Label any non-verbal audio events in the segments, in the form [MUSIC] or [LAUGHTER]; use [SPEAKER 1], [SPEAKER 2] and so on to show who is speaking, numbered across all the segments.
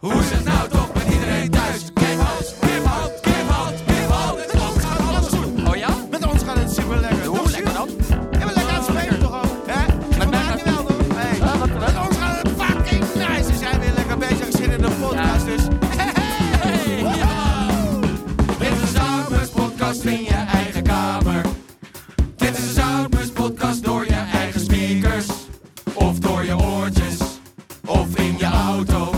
[SPEAKER 1] Hoe is het nou toch met iedereen thuis? Kiphout, kiphout, kiphout, kiphout. Met ons gaat alles goed. Oh ja? Met ons gaat het super lekker. Hoe lekker dan? En we lekker aan het spelen toch ook? Hè? Met mij gaat wel doen. Hey. Met ons gaat het fucking nice. We zijn weer lekker bezig. Zin in de podcast dus. Hey, hey, hey. Dit is de Zoutmus podcast in je eigen kamer. Dit is de Zoutmus podcast door je eigen speakers. Of door je oortjes. Of in je auto.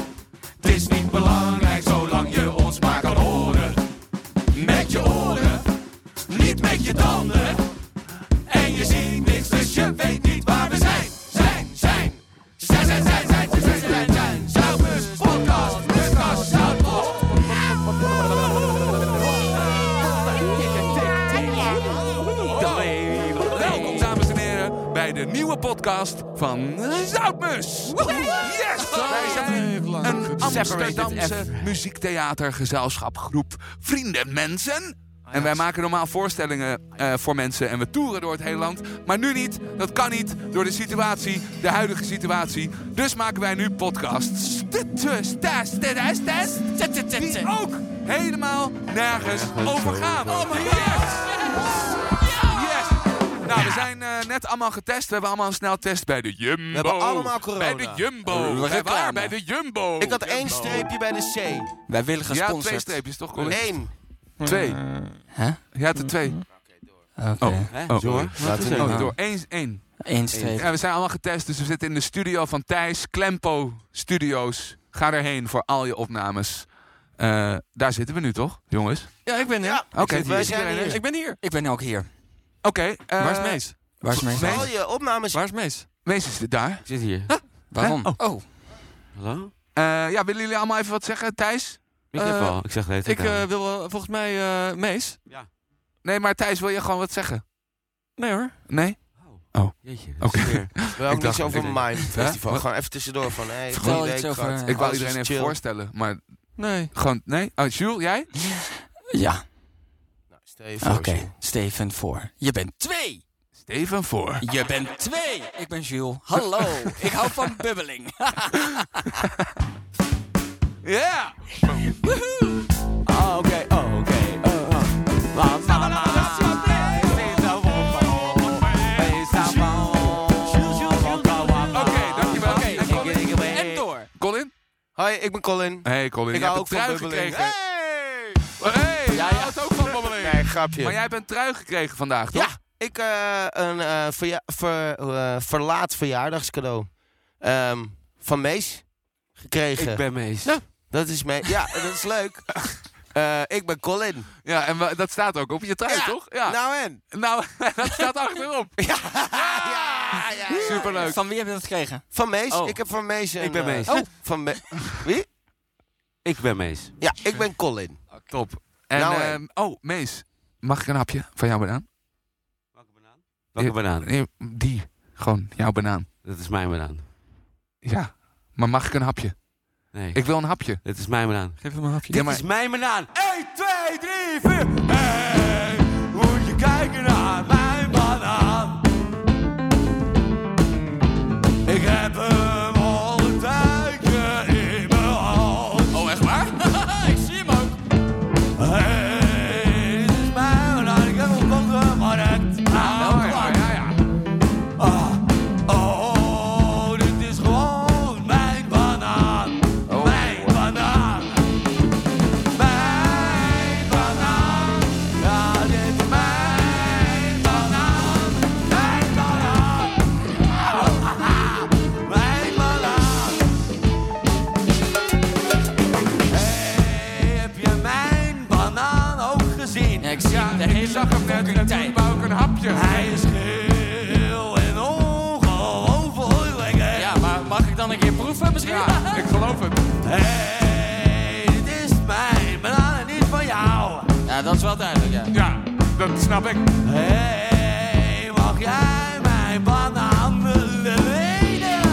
[SPEAKER 1] Het is niet belangrijk zolang je ons maar kan horen. Met je oren, niet met je tanden. En je ziet niks, dus je weet niet waar we zijn. Zijn, zijn, zijn, zijn, zijn, zijn, zijn, zijn, zijn, zijn. Zoutmus podcast, podcast, Zoutmus. Welkom dames en heren bij de nieuwe podcast van Zoutmus. Yes! Wij zijn een Amsterdamse muziektheatergezelschapgroep Vrienden Mensen. En wij maken normaal voorstellingen eh, voor mensen en we toeren door het hele land. Maar nu niet, dat kan niet, door de situatie, de huidige situatie. Dus maken wij nu podcasts. eh, Die ook helemaal nergens over gaan. Oh my Yes! Nou, we zijn eh, net allemaal getest. We hebben allemaal een sneltest bij de Jumbo. We
[SPEAKER 2] hebben allemaal
[SPEAKER 1] Bij
[SPEAKER 2] corona.
[SPEAKER 1] de Jumbo.
[SPEAKER 2] Eh,
[SPEAKER 1] Wij
[SPEAKER 2] reclame.
[SPEAKER 1] waren bij de Jumbo.
[SPEAKER 2] Ik had één streepje bij de C.
[SPEAKER 3] Wij willen
[SPEAKER 1] Ja,
[SPEAKER 3] gesponsord.
[SPEAKER 1] twee streepjes toch? Colin?
[SPEAKER 2] Eén.
[SPEAKER 1] Twee.
[SPEAKER 3] Hè?
[SPEAKER 1] Je had er twee.
[SPEAKER 3] Oké.
[SPEAKER 1] Oh. Oh, door.
[SPEAKER 2] Laten we
[SPEAKER 1] Oh,
[SPEAKER 3] nou?
[SPEAKER 1] door. Eén, één.
[SPEAKER 3] Eén streep.
[SPEAKER 1] Ja, we zijn allemaal getest, dus we zitten in de studio van Thijs Klempo Studios. Ga erheen voor al je opnames. Eh, daar zitten we nu toch, jongens?
[SPEAKER 3] Ja, ik ben
[SPEAKER 2] Ja,
[SPEAKER 3] hier.
[SPEAKER 1] Oké,
[SPEAKER 2] zit- wij
[SPEAKER 1] hier.
[SPEAKER 2] zijn
[SPEAKER 1] Iedereen
[SPEAKER 2] hier.
[SPEAKER 1] is-
[SPEAKER 3] Ik ben hier. Ik ben ook hier.
[SPEAKER 1] Oké. eh,
[SPEAKER 3] Waar is Mees? Waar is Mees?
[SPEAKER 1] Mees?
[SPEAKER 2] Al je opnames.
[SPEAKER 3] Waar is Mees?
[SPEAKER 1] Mees is daar.
[SPEAKER 4] Ik zit hier.
[SPEAKER 3] Waarom?
[SPEAKER 1] Oh.
[SPEAKER 3] Oh.
[SPEAKER 4] Hallo?
[SPEAKER 1] Eh, ja, willen jullie allemaal even wat zeggen, Thijs?
[SPEAKER 4] Ik
[SPEAKER 3] Eh,
[SPEAKER 4] heb al. Ik zeg het
[SPEAKER 3] Ik eh, wil wel- volgens mij eh, Mees.
[SPEAKER 1] Nee, maar Thijs, wil je gewoon wat zeggen?
[SPEAKER 3] Nee hoor.
[SPEAKER 1] Nee?
[SPEAKER 4] Jeetje.
[SPEAKER 1] Oké.
[SPEAKER 2] We ook
[SPEAKER 1] Ik dacht-
[SPEAKER 2] niet zoveel
[SPEAKER 1] ik-
[SPEAKER 2] Mind Festival.
[SPEAKER 1] Wat?
[SPEAKER 2] Gewoon even tussendoor van, hé, hey,
[SPEAKER 3] Vertel
[SPEAKER 2] goeie
[SPEAKER 3] iets
[SPEAKER 2] week
[SPEAKER 3] over- eh,
[SPEAKER 1] [LAUGHS]
[SPEAKER 2] gehad.
[SPEAKER 1] Ik
[SPEAKER 2] Alles
[SPEAKER 1] wil
[SPEAKER 2] is
[SPEAKER 1] iedereen even
[SPEAKER 2] chill.
[SPEAKER 1] voorstellen, maar
[SPEAKER 3] Nee.
[SPEAKER 1] gewoon... Nee? Oh, Jules, jij?
[SPEAKER 3] Ja.
[SPEAKER 2] Nou, stel je voor,
[SPEAKER 3] Oké.
[SPEAKER 2] zo.
[SPEAKER 3] Steven voor. Je bent twee.
[SPEAKER 1] Steven voor.
[SPEAKER 3] Je bent twee. Ik ben Jules. Hallo. [LAUGHS] ik hou van bubbeling.
[SPEAKER 1] Ja!
[SPEAKER 4] Oké, oké.
[SPEAKER 1] Oké, dankjewel. En
[SPEAKER 3] [LAUGHS]
[SPEAKER 1] Colin?
[SPEAKER 3] en door.
[SPEAKER 1] Colin?
[SPEAKER 2] Hoi, ik ben Colin.
[SPEAKER 1] Hey Colin,
[SPEAKER 2] Ik
[SPEAKER 1] je hebt een
[SPEAKER 2] hou ook van
[SPEAKER 1] trui
[SPEAKER 2] bubbeling.
[SPEAKER 1] gekregen.
[SPEAKER 2] Hey!
[SPEAKER 1] Hey, jij houdt ook van bubbeling.
[SPEAKER 2] Nee, grapje.
[SPEAKER 1] Maar jij hebt een trui gekregen vandaag, toch?
[SPEAKER 2] Ja, ik eh een eh, verja- ver, eh, verlaat verjaardagscadeau ehm, van Mees gekregen.
[SPEAKER 4] Ik ben Mees.
[SPEAKER 2] Dat is Mees. Ja, dat is leuk.
[SPEAKER 1] [LAUGHS]
[SPEAKER 2] Eh, ik ben Colin.
[SPEAKER 1] Ja, en wa- dat staat ook op je trui,
[SPEAKER 2] Ja.
[SPEAKER 1] toch? Ja.
[SPEAKER 2] Nou en?
[SPEAKER 1] Nou, [LAUGHS] dat staat achterop. Ah!
[SPEAKER 2] Ja, ja.
[SPEAKER 1] Superleuk.
[SPEAKER 3] Van wie heb je dat gekregen?
[SPEAKER 2] Van Mees.
[SPEAKER 4] Oh.
[SPEAKER 2] Ik heb van Mees. Een,
[SPEAKER 4] Ik ben
[SPEAKER 2] eh,
[SPEAKER 4] Mees.
[SPEAKER 2] oh, van
[SPEAKER 1] [LAUGHS]
[SPEAKER 2] Me- Wie?
[SPEAKER 4] Ik ben Mees.
[SPEAKER 2] Ja, ik ben Colin.
[SPEAKER 1] Top. En,
[SPEAKER 2] Nou,
[SPEAKER 1] ehm, oh, Mees, mag ik een hapje van jouw banaan?
[SPEAKER 4] Welke banaan? Welke
[SPEAKER 1] Ja.
[SPEAKER 4] banaan?
[SPEAKER 1] Nee, die. Gewoon, jouw banaan.
[SPEAKER 4] Dat is mijn banaan.
[SPEAKER 1] Ja. Maar mag ik een hapje?
[SPEAKER 4] Nee.
[SPEAKER 1] Ik wil een hapje.
[SPEAKER 4] Dit is mijn banaan.
[SPEAKER 3] Geef hem een hapje.
[SPEAKER 1] Ja,
[SPEAKER 4] Dit
[SPEAKER 1] maar-
[SPEAKER 4] is mijn banaan.
[SPEAKER 1] 1, 2, 3, 4. Hey, moet je kijken naar mijn banaan. Ik heb hem al een tijdje in mijn hand. Oh, echt waar? [LAUGHS] Ik zie hem ook. Hey, dit is mijn banaan. Ik heb hem gekocht, maar het aanpakt. Ah, oh, dit is gewoon mijn banaan. Mijn banaan. Mijn banaan, ja dit is mijn banaan, mijn banaan, Ah, ah, ah, mijn banaan. Hey, heb je mijn banaan ook gezien?
[SPEAKER 3] Ja, ik zie hem de hele fucking tijd.
[SPEAKER 1] ook een hapje. Hij is geel en ongelooflijk lekker.
[SPEAKER 3] Ja, maar mag ik dan een keer proeven misschien?
[SPEAKER 1] Ja, ik geloof het. Hey, dit is mijn banaan en niet van jou.
[SPEAKER 3] Ja, dat is wel duidelijk, ja.
[SPEAKER 1] Ja, dat snap ik. Hey, mag jij mijn banaan lenen?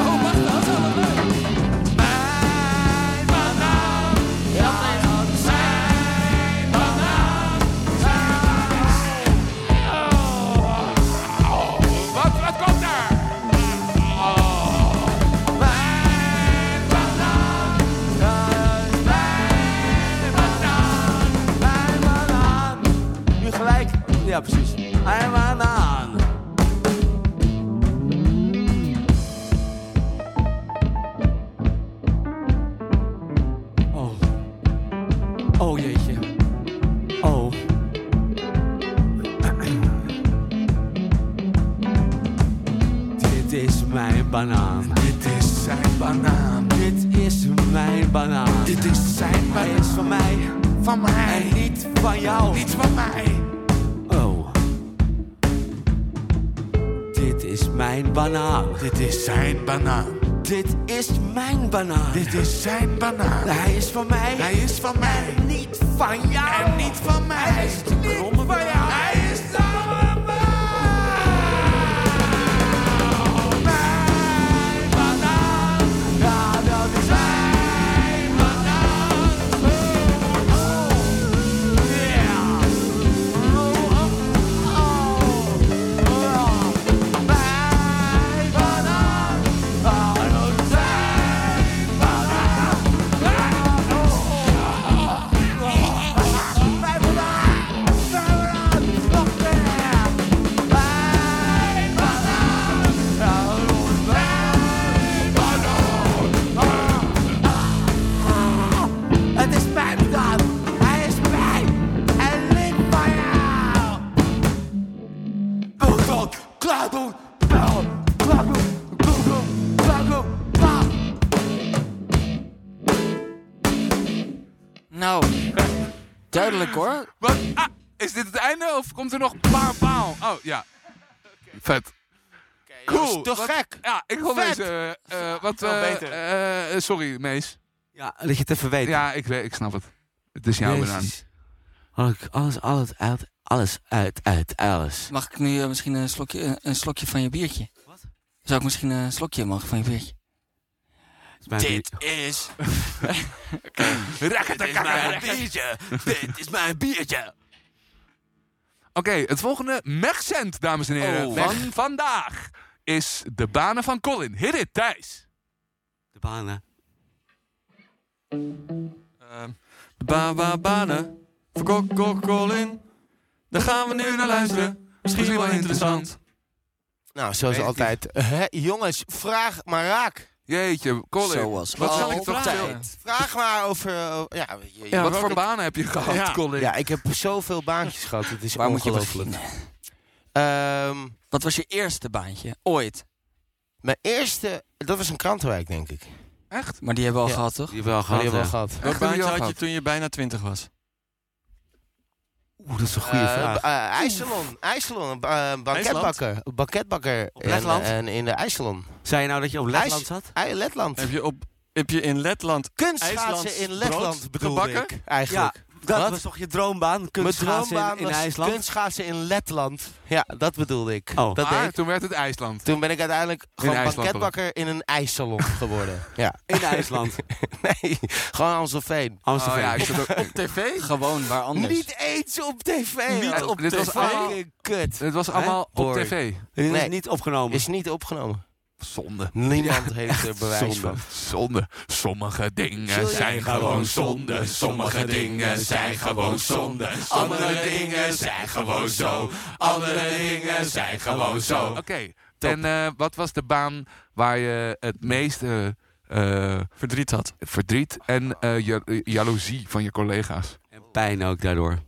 [SPEAKER 3] Oh, wacht, dat is wel leuk.
[SPEAKER 1] Mijn banaan, ja, dat is mijn banaan. Zijn- Oh, oh, Wat, wat komt daar? Oh. Mijn banaan, ja, dat
[SPEAKER 4] Oh. Oh. [CLEARS THROAT] banaan.
[SPEAKER 1] Dit is zijn banaan.
[SPEAKER 4] Dit is mijn banaan.
[SPEAKER 1] Dit is zijn
[SPEAKER 4] Hij
[SPEAKER 1] banaan.
[SPEAKER 4] is van mij
[SPEAKER 1] Van mij.
[SPEAKER 4] en niet van jou.
[SPEAKER 1] Niet van mij.
[SPEAKER 4] Oh. Dit is mijn banaan.
[SPEAKER 1] Dit is zijn banaan.
[SPEAKER 4] Dit is mijn banaan.
[SPEAKER 1] Dit is zijn banaan.
[SPEAKER 4] Hij is van mij
[SPEAKER 1] Hij is van mij.
[SPEAKER 4] en niet van jou.
[SPEAKER 1] En niet van mij. Hij is de kromme van jou. Hij is de
[SPEAKER 5] Het is mijn gedaan. Hij is mij en niet van jou. Bulldog, klaarboen, bel, klaarboen, Google, klaarboen, pa.
[SPEAKER 3] Nou, duidelijk hoor.
[SPEAKER 6] Wat? Ah, is dit het einde of komt er nog paal paal? Oh, ja. Vet.
[SPEAKER 2] Dat is
[SPEAKER 6] Cool.
[SPEAKER 2] toch
[SPEAKER 6] Wat-
[SPEAKER 2] gek?
[SPEAKER 6] Ja, ik vond
[SPEAKER 2] Vet.
[SPEAKER 6] deze... eh, eh, wat,
[SPEAKER 2] Wel
[SPEAKER 6] eh,
[SPEAKER 2] beter.
[SPEAKER 6] eh, eh, sorry, Mees.
[SPEAKER 4] Ja, dat je het even weet.
[SPEAKER 6] Ja, ik, weet- ik snap het. Het is jouw banaan.
[SPEAKER 4] Jezus. Had ik alles, alles uit, alles uit, uit, alles.
[SPEAKER 3] Mag ik nu eh, misschien een slokje, een, een slokje van je biertje? Wat? Zou ik misschien een slokje mogen van je biertje?
[SPEAKER 4] Het is mijn
[SPEAKER 2] Dit
[SPEAKER 4] bier-
[SPEAKER 2] is. Dit is mijn biertje. Dit is mijn biertje.
[SPEAKER 6] Oké, het volgende Merchant, dames en heren,
[SPEAKER 3] Oh,
[SPEAKER 6] van vandaag is de banen van Colin. Hit it, Thijs.
[SPEAKER 4] De banen.
[SPEAKER 6] De ba ba banen van Colin. Daar gaan we nu naar luisteren. Misschien wel interessant.
[SPEAKER 2] Nou, zoals
[SPEAKER 6] Weet ik
[SPEAKER 2] altijd. Hè, jongens, vraag maar raak.
[SPEAKER 6] Jeetje, Colin.
[SPEAKER 3] Zoals
[SPEAKER 6] wat zal ik toch
[SPEAKER 3] altijd.
[SPEAKER 6] zeggen?
[SPEAKER 2] Vraag maar over. eh, ja, je- je-
[SPEAKER 6] Ja, wat
[SPEAKER 2] welke-
[SPEAKER 6] voor banen heb je gehad,
[SPEAKER 2] Ja.
[SPEAKER 6] Colin?
[SPEAKER 2] Ja, ik heb zoveel [LAUGHS] baantjes gehad. Het is
[SPEAKER 3] Waar moet je
[SPEAKER 2] ongelooflijk.
[SPEAKER 3] beginnen?
[SPEAKER 2] Ehm,
[SPEAKER 3] Wat was je eerste baantje? Ooit.
[SPEAKER 2] mijn eerste, dat was een krantenwijk, denk ik. Die
[SPEAKER 6] Echt?
[SPEAKER 3] Maar die hebben we al
[SPEAKER 2] Ja.
[SPEAKER 3] gehad, toch?
[SPEAKER 4] Die hebben we al gehad,
[SPEAKER 2] hebben we al
[SPEAKER 4] ja.
[SPEAKER 2] gehad.
[SPEAKER 6] Echt,
[SPEAKER 7] Wat
[SPEAKER 6] heb je
[SPEAKER 7] baantje
[SPEAKER 6] al
[SPEAKER 7] had je
[SPEAKER 6] gehad?
[SPEAKER 7] toen je bijna 20 was?
[SPEAKER 4] Oeh, dat is een goede
[SPEAKER 2] Eh,
[SPEAKER 4] vraag.
[SPEAKER 2] b- eh, IJsselon, IJsselon, een ba- een banketbakker. Een banketbakker
[SPEAKER 7] Op
[SPEAKER 2] en,
[SPEAKER 7] Letland?
[SPEAKER 2] en in de IJsselon.
[SPEAKER 4] Zei je nou dat je op Letland zat?
[SPEAKER 2] IJ- Letland.
[SPEAKER 7] Heb je, op, heb je in Letland...
[SPEAKER 2] Kunstschaatsen in
[SPEAKER 7] IJslands
[SPEAKER 2] Letland
[SPEAKER 7] brood
[SPEAKER 2] bedoelde
[SPEAKER 7] gebakken?
[SPEAKER 2] ik eigenlijk.
[SPEAKER 4] dat
[SPEAKER 2] Wat?
[SPEAKER 4] was toch je droombaan?
[SPEAKER 2] Mijn
[SPEAKER 4] Kunstschaatsen in,
[SPEAKER 2] droombaan
[SPEAKER 4] in
[SPEAKER 2] was
[SPEAKER 4] IJsland?
[SPEAKER 2] kunstschaatsen in Letland. Ja, dat bedoelde ik.
[SPEAKER 4] Oh.
[SPEAKER 2] Dat
[SPEAKER 6] Maar
[SPEAKER 2] deed ik.
[SPEAKER 6] toen werd het IJsland.
[SPEAKER 2] Toen ben ik uiteindelijk gewoon
[SPEAKER 6] IJsland
[SPEAKER 2] banketbakker in een ijssalon geworden. Ja. [LAUGHS]
[SPEAKER 4] In IJsland.
[SPEAKER 2] Nee, gewoon Amstelveen.
[SPEAKER 4] Amsterdam.
[SPEAKER 6] Oh ja, ik zat ook-
[SPEAKER 3] TV? Gewoon, waar anders?
[SPEAKER 2] Niet eens op tv.
[SPEAKER 6] Niet op Dit was tv? allemaal-
[SPEAKER 2] Fucking kut.
[SPEAKER 6] Het was allemaal op
[SPEAKER 4] Boring.
[SPEAKER 6] tv.
[SPEAKER 4] Dit
[SPEAKER 2] Nee.
[SPEAKER 4] is niet opgenomen.
[SPEAKER 2] Is niet opgenomen.
[SPEAKER 6] Zonde.
[SPEAKER 2] Niemand heeft er bewijs
[SPEAKER 6] zonde.
[SPEAKER 2] van.
[SPEAKER 6] Zonde. Sommige dingen
[SPEAKER 2] Sorry.
[SPEAKER 6] zijn gewoon zonde. Sommige dingen zijn gewoon zonde. Andere dingen zijn gewoon zo. Andere dingen zijn gewoon zo. Oh,
[SPEAKER 4] Oh,
[SPEAKER 6] Oké. En eh, wat was de baan waar je het meeste eh, eh,
[SPEAKER 7] Verdriet had.
[SPEAKER 6] verdriet en eh, ja- eh, jaloezie van je collega's?
[SPEAKER 4] En pijn ook daardoor.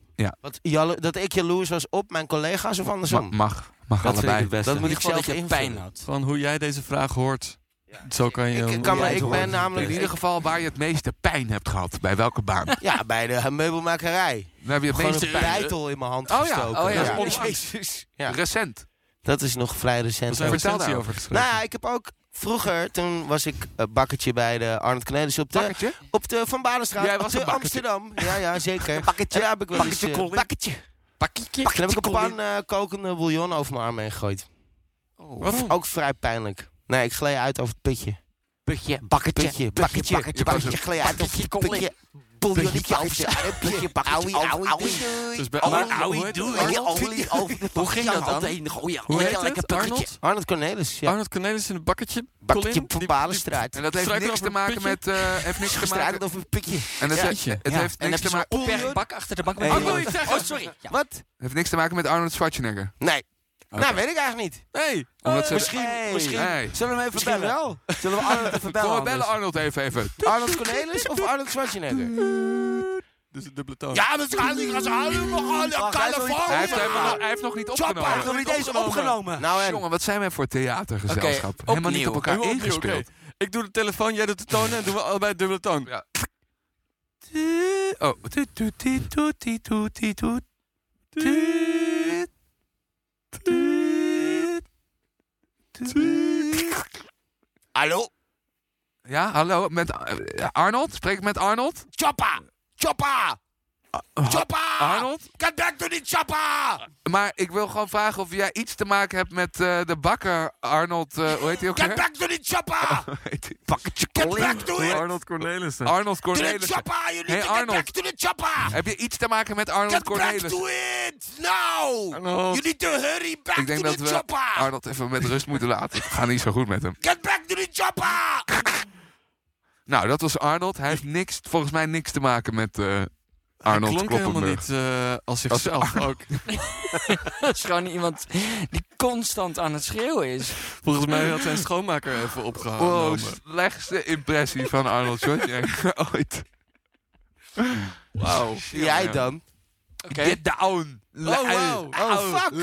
[SPEAKER 2] Wat, jalo- dat ik jaloers was op mijn collega's of
[SPEAKER 6] Ma-
[SPEAKER 2] andersom?
[SPEAKER 6] mag. Mag
[SPEAKER 4] Dat vind ik
[SPEAKER 6] allebei.
[SPEAKER 4] het beste.
[SPEAKER 2] dat moet
[SPEAKER 3] In
[SPEAKER 2] ik
[SPEAKER 3] ieder geval
[SPEAKER 2] zelf
[SPEAKER 3] dat je
[SPEAKER 2] invullen.
[SPEAKER 3] pijn had.
[SPEAKER 7] Van hoe jij deze vraag hoort. Zo kan je...
[SPEAKER 2] Ik, kan me, ik ben
[SPEAKER 6] in
[SPEAKER 2] namelijk
[SPEAKER 6] ieder geval waar je het meeste pijn hebt gehad. Bij welke baan?
[SPEAKER 2] ja, bij de meubelmakerij.
[SPEAKER 6] Daar heb je het
[SPEAKER 2] Gewoon
[SPEAKER 6] meeste
[SPEAKER 2] een
[SPEAKER 6] pijn.
[SPEAKER 2] beitel in mijn hand
[SPEAKER 6] Oh ja,
[SPEAKER 2] gestoken.
[SPEAKER 6] oh ja.
[SPEAKER 2] Ja.
[SPEAKER 6] Dat is onlangs.
[SPEAKER 2] Jezus. Ja.
[SPEAKER 6] Recent.
[SPEAKER 2] Dat is nog vrij
[SPEAKER 7] Er
[SPEAKER 2] recent.
[SPEAKER 7] zijn
[SPEAKER 2] ook.
[SPEAKER 6] Vertel
[SPEAKER 7] recensie
[SPEAKER 6] nou.
[SPEAKER 7] over geschreven.
[SPEAKER 2] Nou ja, ik heb ook vroeger, toen was ik eh, bakkertje bij de Arnold Cornelis op de,
[SPEAKER 6] Bakkertje?
[SPEAKER 2] op de Van Balenstraat.
[SPEAKER 6] Jij
[SPEAKER 2] op
[SPEAKER 6] was
[SPEAKER 2] de
[SPEAKER 6] een bakkertje.
[SPEAKER 2] Amsterdam. Ja, ja, zeker. Bakkertje. Ja, heb ik wel eens, eh, bakkertje.
[SPEAKER 3] Pakkietje?
[SPEAKER 2] Toen heb ik een pan eh, kokende bouillon over mijn arm heen gegooid.
[SPEAKER 7] Wat?
[SPEAKER 2] Ook vrij pijnlijk. Nee, ik gleed uit over het pitje.
[SPEAKER 3] Pakje.
[SPEAKER 2] Pitje, bakkertje, bakkertje, bakkertje, gleed uit over
[SPEAKER 3] Bakkertje,
[SPEAKER 2] het pitje. Bouillonnetje over zijn armpje. Auwie, auwie,
[SPEAKER 7] Dus
[SPEAKER 2] auwie.
[SPEAKER 6] Oh.
[SPEAKER 7] bij
[SPEAKER 2] Alle
[SPEAKER 7] Arnold-
[SPEAKER 2] oude
[SPEAKER 7] hoe heet het?
[SPEAKER 2] doei.
[SPEAKER 7] Arnold?
[SPEAKER 2] Olie over de
[SPEAKER 3] Hoe ging dat dan?
[SPEAKER 7] Hoe heet het?
[SPEAKER 3] lekker pakkertje.
[SPEAKER 7] Arnold?
[SPEAKER 2] Arnold Cornelis, ja.
[SPEAKER 7] Arnold Cornelis in een bakketje?
[SPEAKER 2] Bakkertje
[SPEAKER 7] Colin?
[SPEAKER 2] Van
[SPEAKER 7] Die-
[SPEAKER 2] Balenstraat.
[SPEAKER 6] En dat heeft
[SPEAKER 7] Struikel
[SPEAKER 6] niks
[SPEAKER 7] over
[SPEAKER 6] te maken
[SPEAKER 7] pitje?
[SPEAKER 6] met... eh, heeft niks te maken...
[SPEAKER 2] Gestruikeld over het pitje.
[SPEAKER 6] En het,
[SPEAKER 2] Ja.
[SPEAKER 6] het- het
[SPEAKER 7] Ja.
[SPEAKER 6] heeft
[SPEAKER 3] En dan
[SPEAKER 6] niks
[SPEAKER 3] heb je
[SPEAKER 6] te
[SPEAKER 3] zo'n
[SPEAKER 6] maken...
[SPEAKER 3] opbergbak bak achter de bak met
[SPEAKER 4] Hey,
[SPEAKER 3] een-
[SPEAKER 4] wat wil
[SPEAKER 6] je
[SPEAKER 3] Oh, sorry. Ja.
[SPEAKER 2] Wat?
[SPEAKER 6] heeft niks te maken met Arnold Schwarzenegger.
[SPEAKER 2] Nee. Nou, weet ik eigenlijk niet.
[SPEAKER 7] Hey!
[SPEAKER 6] Omdat ze...
[SPEAKER 2] Misschien, misschien.
[SPEAKER 6] Hey.
[SPEAKER 4] Zullen we hem even
[SPEAKER 2] Misschien
[SPEAKER 4] bellen?
[SPEAKER 2] wel.
[SPEAKER 4] Zullen we Arnold even
[SPEAKER 6] Kom,
[SPEAKER 4] bellen?
[SPEAKER 6] we bellen Arnold even even.
[SPEAKER 2] Arnold Cornelis of Arnold Schwarzenegger?
[SPEAKER 7] Dus een dubbele toon.
[SPEAKER 1] Ja, dat gaan ze gaan ze huilen. We gaan naar
[SPEAKER 5] Wacht, hij is nog niet-
[SPEAKER 1] Californië.
[SPEAKER 6] Hij heeft, hem nog,
[SPEAKER 1] Ja.
[SPEAKER 6] hij heeft nog niet
[SPEAKER 5] Chopper
[SPEAKER 6] opgenomen.
[SPEAKER 5] hij heeft nog niet eens opgenomen.
[SPEAKER 2] Nou en,
[SPEAKER 6] Jongen, wat zijn wij voor theatergezelschap?
[SPEAKER 3] Oké,
[SPEAKER 6] Helemaal niet
[SPEAKER 3] opnieuw.
[SPEAKER 6] op elkaar
[SPEAKER 7] Nu opnieuw,
[SPEAKER 6] ingespeeld.
[SPEAKER 7] oké. Ik doe de telefoon, jij doet de toon en doen we allebei dubbele toon.
[SPEAKER 6] Ja. Tu- Oh. tu- tu- ti- tu- ti- tu- ti- tu- tu- tu- tu-
[SPEAKER 2] hallo?
[SPEAKER 6] Ja, hallo, met eh, Arnold? Spreek ik met Arnold?
[SPEAKER 2] Choppa! Choppa!
[SPEAKER 7] Ah,
[SPEAKER 2] Choppa!
[SPEAKER 6] Arnold?
[SPEAKER 2] Get back to the choppa!
[SPEAKER 6] Maar ik wil gewoon vragen of jij iets te maken hebt met eh, de bakker Arnold... eh, hoe heet hij ook
[SPEAKER 2] Get
[SPEAKER 6] weer?
[SPEAKER 2] back to the choppa!
[SPEAKER 6] Bakkertje
[SPEAKER 2] Get back to it!
[SPEAKER 7] Arnold Cornelissen.
[SPEAKER 6] Arnold
[SPEAKER 2] To the
[SPEAKER 6] Cornelissen.
[SPEAKER 2] choppa! You need
[SPEAKER 6] Hey,
[SPEAKER 2] to get
[SPEAKER 6] Arnold.
[SPEAKER 2] back to the choppa!
[SPEAKER 6] Heb je iets te maken met Arnold
[SPEAKER 2] Get back
[SPEAKER 6] Cornelissen?
[SPEAKER 2] to it! Now!
[SPEAKER 7] Arnold.
[SPEAKER 2] You need to hurry back
[SPEAKER 6] Ik
[SPEAKER 2] to
[SPEAKER 6] denk dat
[SPEAKER 2] the
[SPEAKER 6] we
[SPEAKER 2] choppa!
[SPEAKER 6] Arnold even met rust moeten laten. Het gaat niet zo goed met hem.
[SPEAKER 2] Get back to the choppa!
[SPEAKER 6] Nou, dat was Arnold. Hij heeft niks, volgens mij niks te maken met eh
[SPEAKER 7] Hij
[SPEAKER 6] Arnold
[SPEAKER 7] klonk helemaal
[SPEAKER 6] Kloppenburg.
[SPEAKER 7] niet eh, als zichzelf ook.
[SPEAKER 3] Dat is gewoon iemand die constant aan het schreeuwen is.
[SPEAKER 7] Volgens mij had zijn schoonmaker even opgehouden.
[SPEAKER 6] Wow, Oh, slechtste impressie van Arnold Schwarzenegger [LAUGHS] ooit. Wauw.
[SPEAKER 2] Jij dan?
[SPEAKER 3] Oké.
[SPEAKER 6] Get down.
[SPEAKER 7] Oh, wow.
[SPEAKER 2] Oh, fuck!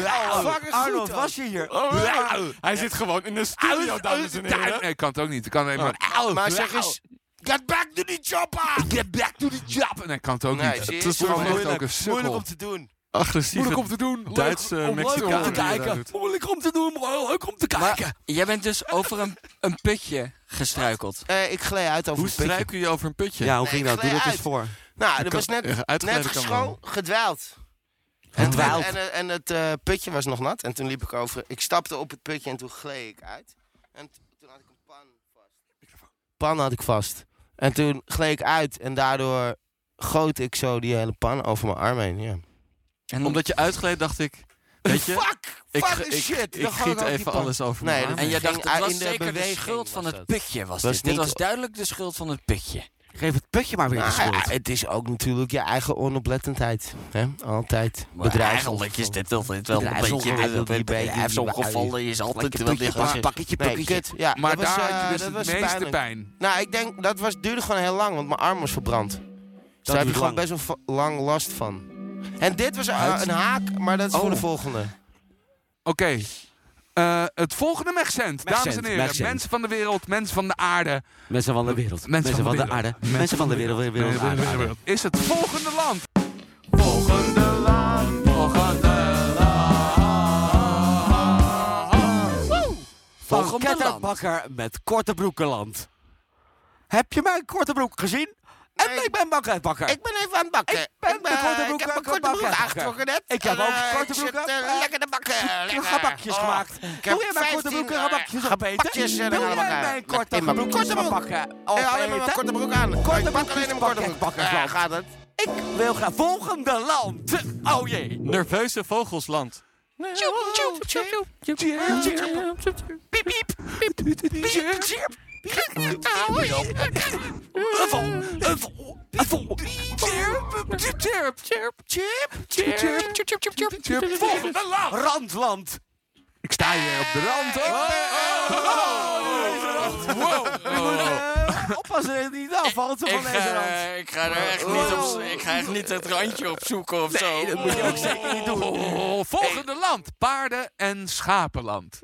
[SPEAKER 2] Fuck,
[SPEAKER 5] Arnold, was je hier?
[SPEAKER 4] eh,
[SPEAKER 7] Hij zit gewoon in de studio, dames en heren. Oh,
[SPEAKER 6] Nee, kan het ook niet. Ik kan alleen maar...
[SPEAKER 2] Maar zeg eens... Get back to the choppa!
[SPEAKER 6] ah. Get back to the job. Nee, kan het ook
[SPEAKER 2] Nee,
[SPEAKER 6] niet.
[SPEAKER 2] zie je?
[SPEAKER 6] Het is gewoon echt ook een
[SPEAKER 2] Moeilijk om
[SPEAKER 6] sukkel.
[SPEAKER 2] te doen.
[SPEAKER 7] Agressieve
[SPEAKER 6] Moeilijk om te doen. Leuk
[SPEAKER 7] Duitse
[SPEAKER 6] om
[SPEAKER 7] Mexicanen
[SPEAKER 6] leuk om te
[SPEAKER 7] die dat
[SPEAKER 6] kijken.
[SPEAKER 7] doet.
[SPEAKER 6] Moeilijk om te doen, maar leuk om te
[SPEAKER 3] Maar jij bent dus over een, een putje gestruikeld.
[SPEAKER 2] Eh, ik glij uit over
[SPEAKER 7] Hoe
[SPEAKER 2] een putje.
[SPEAKER 7] struiken je over een putje?
[SPEAKER 4] Ja, hoe ging
[SPEAKER 2] Nee,
[SPEAKER 4] dat? Doe dat
[SPEAKER 2] glij
[SPEAKER 4] eens voor.
[SPEAKER 2] Nou, dat
[SPEAKER 7] kan-
[SPEAKER 2] was net,
[SPEAKER 7] ja, uitgeleide
[SPEAKER 2] net
[SPEAKER 7] kan
[SPEAKER 2] schoon,
[SPEAKER 7] wel.
[SPEAKER 2] gedwaald. En, toen- en, en, en het eh, putje was nog nat. En toen liep ik over. Ik stapte op het putje en toen gleed ik uit. En t- toen had ik een pan vast. Pan had ik vast. En toen gleed ik uit en daardoor goot ik zo die hele pan over mijn arm heen. Ja.
[SPEAKER 3] En,
[SPEAKER 7] Omdat je uitgleed, dacht ik... Weet je,
[SPEAKER 2] Fuck!
[SPEAKER 7] ik,
[SPEAKER 2] fuck
[SPEAKER 7] ik,
[SPEAKER 2] is shit!
[SPEAKER 7] ik,
[SPEAKER 2] Dan gooi
[SPEAKER 7] giet
[SPEAKER 2] ook die
[SPEAKER 7] even
[SPEAKER 2] pan.
[SPEAKER 7] alles over
[SPEAKER 2] Nee,
[SPEAKER 7] mijn
[SPEAKER 2] dat-
[SPEAKER 7] armen.
[SPEAKER 3] en jij
[SPEAKER 2] ging
[SPEAKER 3] dacht, het
[SPEAKER 2] uit
[SPEAKER 3] was
[SPEAKER 2] in de
[SPEAKER 3] zeker de
[SPEAKER 2] beweging,
[SPEAKER 3] schuld van
[SPEAKER 2] was
[SPEAKER 3] het
[SPEAKER 2] dat.
[SPEAKER 3] putje. Was
[SPEAKER 2] Was
[SPEAKER 3] dit. dit
[SPEAKER 2] niet-
[SPEAKER 3] was duidelijk de schuld van het putje.
[SPEAKER 4] eh, Geef het putje maar weer de
[SPEAKER 2] Nou ja,
[SPEAKER 4] schuld.
[SPEAKER 2] het is ook natuurlijk je eigen onoplettendheid. Hè? Altijd.
[SPEAKER 3] Maar
[SPEAKER 2] Bedrijf.
[SPEAKER 3] eigenlijk is dit wel, dit wel een
[SPEAKER 2] Bedrijfsel-
[SPEAKER 3] beetje...
[SPEAKER 2] hij wil die
[SPEAKER 3] Hij
[SPEAKER 2] beetje-
[SPEAKER 3] heeft zo'n
[SPEAKER 2] die-
[SPEAKER 3] gevallen is altijd
[SPEAKER 4] Lekker
[SPEAKER 3] wel
[SPEAKER 4] putje, pak-
[SPEAKER 3] dicht.
[SPEAKER 4] pakketje,
[SPEAKER 2] Nee,
[SPEAKER 4] pakketje.
[SPEAKER 2] kut. Ja,
[SPEAKER 6] Maar
[SPEAKER 2] dat was,
[SPEAKER 6] daar
[SPEAKER 2] eh,
[SPEAKER 6] had je dus
[SPEAKER 2] dat was
[SPEAKER 6] het meeste
[SPEAKER 2] pijnlijk.
[SPEAKER 6] pijn.
[SPEAKER 2] Nou, ik denk dat was, duurde gewoon heel lang, want mijn arm was verbrand. Dus
[SPEAKER 4] Dat
[SPEAKER 2] daar heb je
[SPEAKER 4] duurt
[SPEAKER 2] gewoon
[SPEAKER 4] lang.
[SPEAKER 2] best wel va- lang last van. En dit was eh,
[SPEAKER 6] Uit.
[SPEAKER 2] een haak, maar dat is voor de
[SPEAKER 6] Oh.
[SPEAKER 2] volgende.
[SPEAKER 6] Oké. Eh, het volgende Megcent, dames en
[SPEAKER 4] Megcent,
[SPEAKER 6] heren.
[SPEAKER 4] Megcent.
[SPEAKER 6] Mensen van de wereld, mensen van de aarde.
[SPEAKER 4] Mensen van de wereld. Mensen van de aarde. Mensen van de wereld. wereld, wereld, aarde, aarde.
[SPEAKER 6] Ah, Is het volgende land.
[SPEAKER 4] Van
[SPEAKER 3] Volgende
[SPEAKER 4] Ketterbakker met korte broekenland. Heb je mijn korte broek gezien? En
[SPEAKER 2] Nee.
[SPEAKER 4] ik ben bakker.
[SPEAKER 2] Ik ben even aan het bakken.
[SPEAKER 4] Ik ben
[SPEAKER 2] eh,
[SPEAKER 4] mijn korte broek
[SPEAKER 2] ik heb
[SPEAKER 4] aan
[SPEAKER 2] mijn korte
[SPEAKER 4] het
[SPEAKER 2] broek
[SPEAKER 4] bakken.
[SPEAKER 2] aangetrokken net.
[SPEAKER 4] Ik heb
[SPEAKER 2] En,
[SPEAKER 4] ook
[SPEAKER 2] eh,
[SPEAKER 4] korte
[SPEAKER 2] ik zit,
[SPEAKER 4] broeken.
[SPEAKER 2] eh,
[SPEAKER 4] Eh,
[SPEAKER 2] lekker te bakken.
[SPEAKER 4] heb
[SPEAKER 2] Lekker.
[SPEAKER 4] gebakjes
[SPEAKER 2] Oh,
[SPEAKER 4] gemaakt.
[SPEAKER 2] Ik heb
[SPEAKER 4] Doe jij mijn korte
[SPEAKER 2] 15,
[SPEAKER 4] broeken
[SPEAKER 2] eh,
[SPEAKER 4] gebakjes
[SPEAKER 2] gebakjes, eh,
[SPEAKER 4] opeten?
[SPEAKER 2] dan
[SPEAKER 4] Doe
[SPEAKER 2] allemaal
[SPEAKER 4] jij
[SPEAKER 2] aan.
[SPEAKER 4] mijn
[SPEAKER 2] Met- in
[SPEAKER 4] korte
[SPEAKER 2] mijn
[SPEAKER 4] broekjes
[SPEAKER 2] korte broek.
[SPEAKER 4] gebakken
[SPEAKER 2] Eh, alleen maar mijn korte
[SPEAKER 4] opeten?
[SPEAKER 2] broek aan.
[SPEAKER 4] Korte
[SPEAKER 2] Ik pak
[SPEAKER 4] broekjes
[SPEAKER 2] alleen een korte broek.
[SPEAKER 4] bakkersbak.
[SPEAKER 2] Eh, gaat het?
[SPEAKER 4] Ik wil graag volgende land. Oh jee.
[SPEAKER 7] Nerveuze vogelsland.
[SPEAKER 4] Piep piep. Piep piep. Chirp. Een vol. Een vol. Een vol.
[SPEAKER 6] Chirp, chirp, chirp, chirp, chirp, chirp, chirp, chirp, chirp. Volgende land.
[SPEAKER 4] Randland.
[SPEAKER 6] Ik sta hier op de rand. hoor.
[SPEAKER 4] Eh, oppassen dat het niet afvalt van deze rand.
[SPEAKER 3] ik ga er echt niet, op, ik ga echt niet het randje op zoeken of zo.
[SPEAKER 4] Dat moet je ook zeker niet doen.
[SPEAKER 6] Oh, Volgende land. Paarden- en schapenland.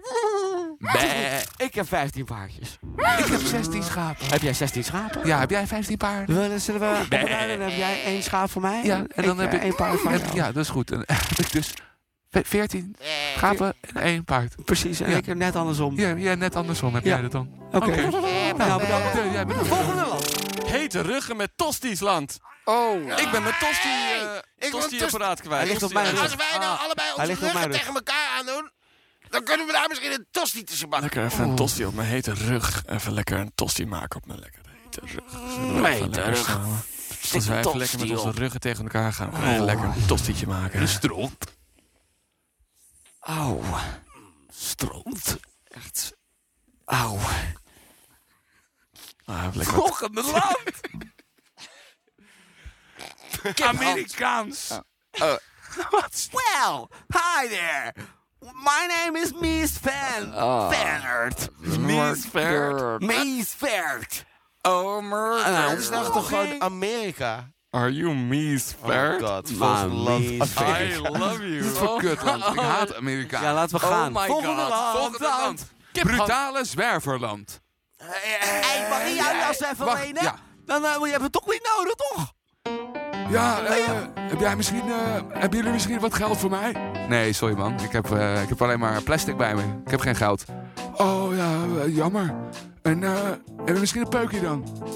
[SPEAKER 6] Bäh.
[SPEAKER 4] Ik heb 15 paardjes.
[SPEAKER 6] Ik heb 16 schapen.
[SPEAKER 4] Heb jij 16 schapen?
[SPEAKER 6] Ja, heb jij 15 paarden?
[SPEAKER 4] Willen, zullen we op en aan? Dan heb jij één schaap voor mij. eh,
[SPEAKER 6] Ja, en dan heb ik...
[SPEAKER 4] één paard voor
[SPEAKER 6] heb-
[SPEAKER 4] jou.
[SPEAKER 6] Ja, dat is goed. En [LAUGHS] heb ik dus ve- 14 schapen en één paard.
[SPEAKER 4] Precies, en
[SPEAKER 6] Ja.
[SPEAKER 4] ik heb net andersom.
[SPEAKER 6] Ja, ja, net andersom heb
[SPEAKER 4] Ja.
[SPEAKER 6] jij dat dan.
[SPEAKER 4] Oké. Nou, bedankt.
[SPEAKER 6] Ja, jij bedoelt-
[SPEAKER 4] Volgende land.
[SPEAKER 7] Hete ruggen met tostiesland.
[SPEAKER 2] Oh.
[SPEAKER 7] Ik ben mijn tosti, eh,
[SPEAKER 2] wil
[SPEAKER 7] tosti-apparaat kwijt.
[SPEAKER 4] Hij ligt op
[SPEAKER 7] Tosti-
[SPEAKER 4] mijn rug.
[SPEAKER 2] Als wij nou allebei onze
[SPEAKER 4] Ah, ligt op mijn
[SPEAKER 2] ruggen
[SPEAKER 4] rug.
[SPEAKER 2] tegen elkaar aandoen, dan kunnen we daar misschien een tosti tussen bakken.
[SPEAKER 7] Lekker even een tosti op mijn hete rug. Even lekker een tosti maken op mijn lekker hete rug. Zullen we
[SPEAKER 3] Nee,
[SPEAKER 7] even lekker
[SPEAKER 3] daar-
[SPEAKER 7] samen- Als wij even lekker met onze ruggen tegen elkaar gaan. Even
[SPEAKER 4] Oh.
[SPEAKER 7] lekker een tostietje maken.
[SPEAKER 6] Een stront.
[SPEAKER 3] Auw.
[SPEAKER 4] Stront.
[SPEAKER 3] Echt. Auw.
[SPEAKER 7] Ah, even lekker wat-
[SPEAKER 3] Volgende land.
[SPEAKER 6] Amerikaans.
[SPEAKER 4] Oh. [LAUGHS] Well, hi there. My name is Mies Van.
[SPEAKER 3] Ah.
[SPEAKER 4] Vanert.
[SPEAKER 3] Miesvert.
[SPEAKER 4] Mies Vert.
[SPEAKER 3] Omer.
[SPEAKER 4] Nou, Ah, Oh,
[SPEAKER 2] Dat is nou toch gewoon Amerika?
[SPEAKER 7] Are you me, Spert?
[SPEAKER 2] Oh god,
[SPEAKER 4] Maar
[SPEAKER 2] volgens land.
[SPEAKER 4] mis-
[SPEAKER 7] I love you.
[SPEAKER 6] Wat voor kutland. Ik haat Amerika.
[SPEAKER 4] Ja, laten we gaan.
[SPEAKER 3] Oh my
[SPEAKER 4] Volgende
[SPEAKER 3] god.
[SPEAKER 4] land.
[SPEAKER 6] Volgende land. Brutale zwerverland.
[SPEAKER 4] Hey, mag ik jou jas even
[SPEAKER 6] Wacht,
[SPEAKER 4] lenen?
[SPEAKER 6] ja.
[SPEAKER 4] Dan eh, moet je hebt het toch niet nodig, toch?
[SPEAKER 7] Ja, eh, heb jij misschien, eh, hebben jullie misschien wat geld voor mij?
[SPEAKER 6] Nee, sorry man. Ik heb, eh, ik heb alleen maar plastic bij me. Ik heb geen goud.
[SPEAKER 7] Oh ja, eh, jammer. En eh, hebben we misschien een peukje dan?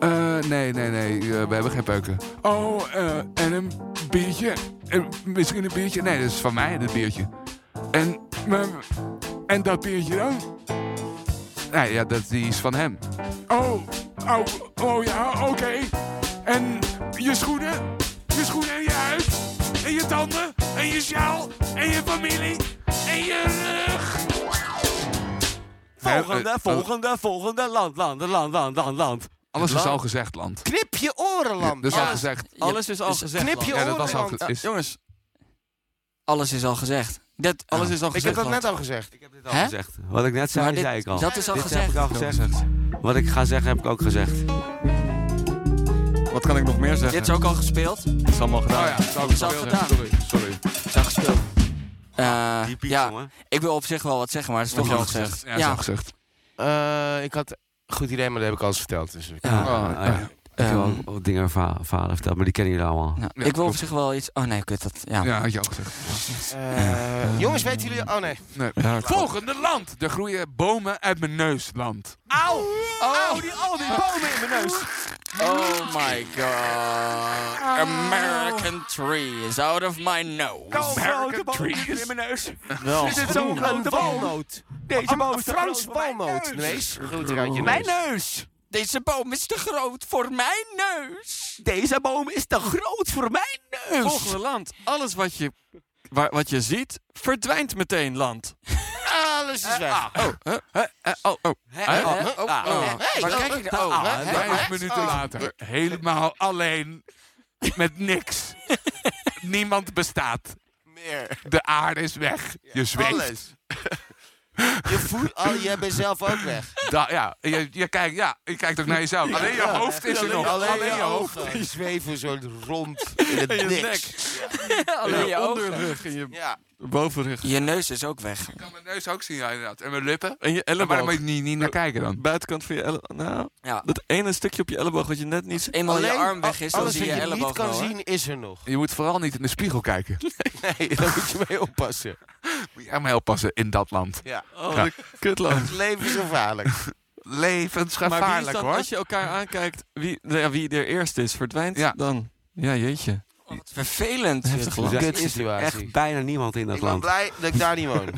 [SPEAKER 6] Eh, nee, nee, nee. eh, we hebben geen peuken.
[SPEAKER 7] Oh, eh, en een biertje. En misschien een biertje.
[SPEAKER 6] Nee, dat is van mij, dit biertje.
[SPEAKER 7] En, maar- en dat biertje dan?
[SPEAKER 6] Nee, ja, dat, die is van hem.
[SPEAKER 7] Oh, oh, oh ja, oké. En je schoenen? Je schoenen en je huid? En je tanden? En je sjaal? En je familie? En je rug?
[SPEAKER 4] Volgende,
[SPEAKER 6] eh, oh.
[SPEAKER 4] volgende, volgende. Land, land, land, land, land, land.
[SPEAKER 6] Alles is
[SPEAKER 4] Land.
[SPEAKER 6] al gezegd, land.
[SPEAKER 2] Knip je orenland.
[SPEAKER 6] Dat is al
[SPEAKER 3] Ja.
[SPEAKER 6] gezegd.
[SPEAKER 3] Alles is al gezegd.
[SPEAKER 2] knip je
[SPEAKER 6] Ja, dat was al
[SPEAKER 2] orenland.
[SPEAKER 6] gezegd. Is,
[SPEAKER 3] Jongens, alles is al gezegd. Dat, alles is al
[SPEAKER 2] Ik
[SPEAKER 3] gezegd.
[SPEAKER 2] heb dat net
[SPEAKER 3] Lars.
[SPEAKER 2] al gezegd.
[SPEAKER 4] Ik heb dit al
[SPEAKER 3] Hè?
[SPEAKER 4] gezegd. Wat ik net zei,
[SPEAKER 3] Maar dit-
[SPEAKER 4] zei ik al.
[SPEAKER 3] Dat is al
[SPEAKER 4] dit heb
[SPEAKER 3] gezegd.
[SPEAKER 4] ik al gezegd. Wat ik ga zeggen, heb ik ook gezegd.
[SPEAKER 7] Wat kan ik nog meer zeggen?
[SPEAKER 3] Dit is ook al gespeeld.
[SPEAKER 7] Het is allemaal gedaan.
[SPEAKER 6] Oh ja, zou ik
[SPEAKER 3] Is al
[SPEAKER 6] wel
[SPEAKER 3] gedaan.
[SPEAKER 6] zeggen. Sorry, sorry.
[SPEAKER 3] Het is al gespeeld. Eh,
[SPEAKER 4] Die piek,
[SPEAKER 3] ja,
[SPEAKER 4] jongen.
[SPEAKER 3] ik wil op zich wel wat zeggen, maar het is toch
[SPEAKER 6] Heb je
[SPEAKER 3] al
[SPEAKER 6] al gezegd? Ja,
[SPEAKER 3] gezegd.
[SPEAKER 6] is al gezegd.
[SPEAKER 2] Eh, ik had een goed idee, maar dat heb ik al eens verteld. Dus ik-
[SPEAKER 3] Ja, Ehm,
[SPEAKER 6] Oh,
[SPEAKER 4] Ah,
[SPEAKER 6] ja.
[SPEAKER 4] ja. Ik heb wel wat dingen van va- vader verteld, maar die kennen jullie allemaal.
[SPEAKER 3] nou,
[SPEAKER 6] Ja,
[SPEAKER 3] ik wil op
[SPEAKER 6] klopt.
[SPEAKER 3] zich wel iets... Oh nee, kut, dat... Ja.
[SPEAKER 6] Ja, had je al gezegd.
[SPEAKER 2] Eh, jongens, weten jullie... Oh nee.
[SPEAKER 6] Nee.
[SPEAKER 7] Ja, klopt.
[SPEAKER 6] Volgende land. Er groeien bomen uit mijn neus, land.
[SPEAKER 4] Auw! Auw, die, al die bomen in mijn neus.
[SPEAKER 3] Oh my god. American tree is out of my nose.
[SPEAKER 4] Zo'n grote boom in mijn neus.
[SPEAKER 3] Wel.
[SPEAKER 4] Is dit zo'n grote boom?
[SPEAKER 2] walnoot.
[SPEAKER 4] Deze boom
[SPEAKER 2] Een
[SPEAKER 4] is te groot
[SPEAKER 2] Frans
[SPEAKER 4] voor mijn
[SPEAKER 2] walnoot.
[SPEAKER 4] neus.
[SPEAKER 2] Nee, groter uit je
[SPEAKER 4] Mijn
[SPEAKER 2] neus.
[SPEAKER 4] neus.
[SPEAKER 3] Deze boom is te groot voor mijn neus.
[SPEAKER 4] Deze boom is te groot voor mijn neus.
[SPEAKER 7] Volgende land. Alles wat je, waar, wat je ziet, verdwijnt meteen land.
[SPEAKER 2] Alles is weg.
[SPEAKER 7] Huh? Huh? Eh, oh, oh.
[SPEAKER 4] Hè?
[SPEAKER 7] Hè?
[SPEAKER 4] Hè? Ah,
[SPEAKER 7] oh.
[SPEAKER 2] Hey,
[SPEAKER 3] Waar
[SPEAKER 2] oh,
[SPEAKER 3] kijk je
[SPEAKER 2] oh,
[SPEAKER 3] nou?
[SPEAKER 2] hè,
[SPEAKER 3] Oh,
[SPEAKER 2] hè,
[SPEAKER 6] Vijf
[SPEAKER 2] hè?
[SPEAKER 6] minuten later. Helemaal alleen. Met niks. [LAUGHS] Niemand bestaat.
[SPEAKER 2] Meer.
[SPEAKER 6] De aarde is weg. Je zweeft.
[SPEAKER 2] Alles. Je voelt al, je bent zelf ook weg.
[SPEAKER 6] Da- ja, je, je, kijkt, ja, je kijkt ook naar jezelf. Alleen je hoofd is er nog. Oh,
[SPEAKER 2] Alleen, je
[SPEAKER 6] hoofd.
[SPEAKER 2] ogen. Die zweven zo [LAUGHS] rond in het
[SPEAKER 7] En je
[SPEAKER 2] niks.
[SPEAKER 7] nek.
[SPEAKER 3] Alleen Oh, je
[SPEAKER 7] je
[SPEAKER 3] ogen.
[SPEAKER 7] onderrug en je
[SPEAKER 2] Ja.
[SPEAKER 7] bovenrug.
[SPEAKER 3] Je neus is ook weg.
[SPEAKER 6] Ik kan mijn neus ook zien, ja, inderdaad. En mijn lippen.
[SPEAKER 7] En je
[SPEAKER 6] Maar waarom moet
[SPEAKER 7] elleboog.
[SPEAKER 6] je niet, niet naar kijken dan?
[SPEAKER 7] Buitenkant van je elleboog. Nou,
[SPEAKER 3] Ja.
[SPEAKER 7] dat ene stukje op je elleboog wat je net niet...
[SPEAKER 3] Eenmaal je
[SPEAKER 2] Alleen
[SPEAKER 3] arm weg is, dan
[SPEAKER 2] alles
[SPEAKER 3] zie
[SPEAKER 2] wat
[SPEAKER 3] je,
[SPEAKER 2] je niet
[SPEAKER 3] elleboog
[SPEAKER 2] kan
[SPEAKER 3] wel, hoor.
[SPEAKER 2] zien, is er [LAUGHS] nog.
[SPEAKER 6] Je moet vooral niet in de spiegel
[SPEAKER 7] [LAUGHS]
[SPEAKER 6] kijken.
[SPEAKER 2] Nee, daar moet je mee oppassen.
[SPEAKER 6] Moet je helemaal oppassen in dat land.
[SPEAKER 2] Ja.
[SPEAKER 7] Oh,
[SPEAKER 6] Ja.
[SPEAKER 7] de kutland.
[SPEAKER 2] Het leven is gevaarlijk.
[SPEAKER 7] Maar wie is
[SPEAKER 6] Levensgevaarlijk
[SPEAKER 7] dan,
[SPEAKER 6] hoor.
[SPEAKER 7] als je elkaar aankijkt, wie, nou ja, wie er eerst is, verdwijnt
[SPEAKER 6] Ja.
[SPEAKER 7] dan? Ja, jeetje.
[SPEAKER 3] Oh, wat vervelend.
[SPEAKER 7] Heftig
[SPEAKER 3] dit.
[SPEAKER 7] land.
[SPEAKER 2] Kut
[SPEAKER 4] Is er echt
[SPEAKER 2] situatie.
[SPEAKER 4] bijna niemand in dat
[SPEAKER 2] Ik ben
[SPEAKER 4] land.
[SPEAKER 2] blij dat ik daar niet [LAUGHS] woon.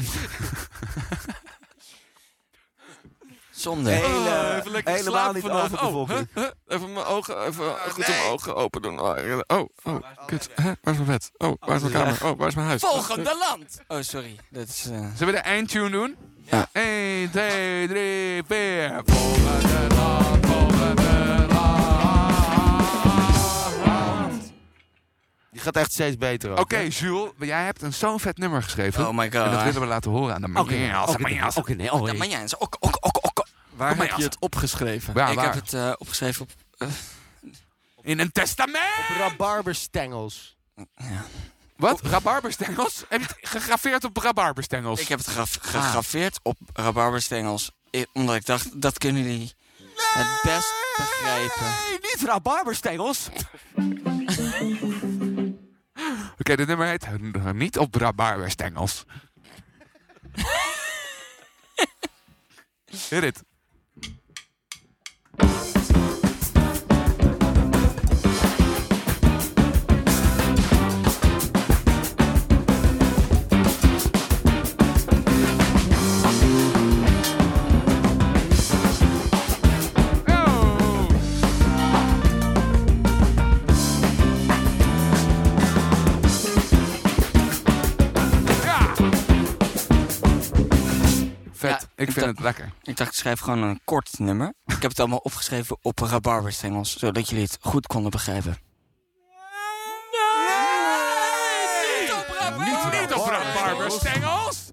[SPEAKER 3] Zonde.
[SPEAKER 4] Hele-
[SPEAKER 7] Oh, even lekker
[SPEAKER 4] helemaal
[SPEAKER 7] slapen
[SPEAKER 4] niet
[SPEAKER 7] vandaag. Oh,
[SPEAKER 4] overbevolking.
[SPEAKER 7] huh, huh? Even mijn ogen, even goed
[SPEAKER 2] Oh, nee.
[SPEAKER 7] mijn ogen open doen. Oh, eh, oh, oh, kut. Hè, Waar is mijn bed? Oh, waar is mijn kamer? Oh, waar is mijn huis?
[SPEAKER 3] Volgende land. Oh, sorry. Dat is... eh,
[SPEAKER 6] Zullen we de eindtune doen?
[SPEAKER 3] Ja.
[SPEAKER 6] 1, 2, 3, 4. Volgende land, volgende land.
[SPEAKER 2] Die gaat echt steeds beter. ook.
[SPEAKER 6] Oké, Jules, jij hebt een zo'n vet nummer geschreven.
[SPEAKER 3] Oh my
[SPEAKER 6] En dat
[SPEAKER 3] god.
[SPEAKER 6] willen we laten horen aan de man. Ja, als-
[SPEAKER 4] Oké,
[SPEAKER 6] ja, als-
[SPEAKER 4] oké, nee, oh,
[SPEAKER 3] Dat
[SPEAKER 4] nee.
[SPEAKER 3] man, ja, en zo. Ok, ok, ok, ok.
[SPEAKER 7] Waar
[SPEAKER 6] maar
[SPEAKER 7] heb je
[SPEAKER 6] ja.
[SPEAKER 7] het opgeschreven?
[SPEAKER 6] Ja,
[SPEAKER 3] ik
[SPEAKER 6] waar?
[SPEAKER 3] heb het eh, opgeschreven op...
[SPEAKER 6] In een testament!
[SPEAKER 2] Rabarberstengels.
[SPEAKER 6] Wat? Rabarberstengels? Heb je het gegraveerd op rabarberstengels?
[SPEAKER 3] Ik heb het graf- gegraveerd op rabarberstengels. I- Omdat ik dacht, dat kunnen jullie het best begrijpen.
[SPEAKER 4] Nee, niet rabarberstengels.
[SPEAKER 6] Oké, dit nummer heet eh, Niet op rabarberstengels. Hit it. Oh! Ja! Vet,
[SPEAKER 3] Ja,
[SPEAKER 6] ik vind
[SPEAKER 3] dat-
[SPEAKER 6] het lekker.
[SPEAKER 3] Ik dacht, ik schrijf gewoon een kort nummer. Ik heb het allemaal opgeschreven op rabarberstengels, zodat jullie het goed konden begrijpen.
[SPEAKER 6] Niet op rabarber. Niet op rabarberstengels.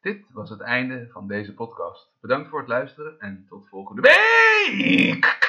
[SPEAKER 1] Dit was het einde van deze podcast. Bedankt voor het luisteren en tot volgende week!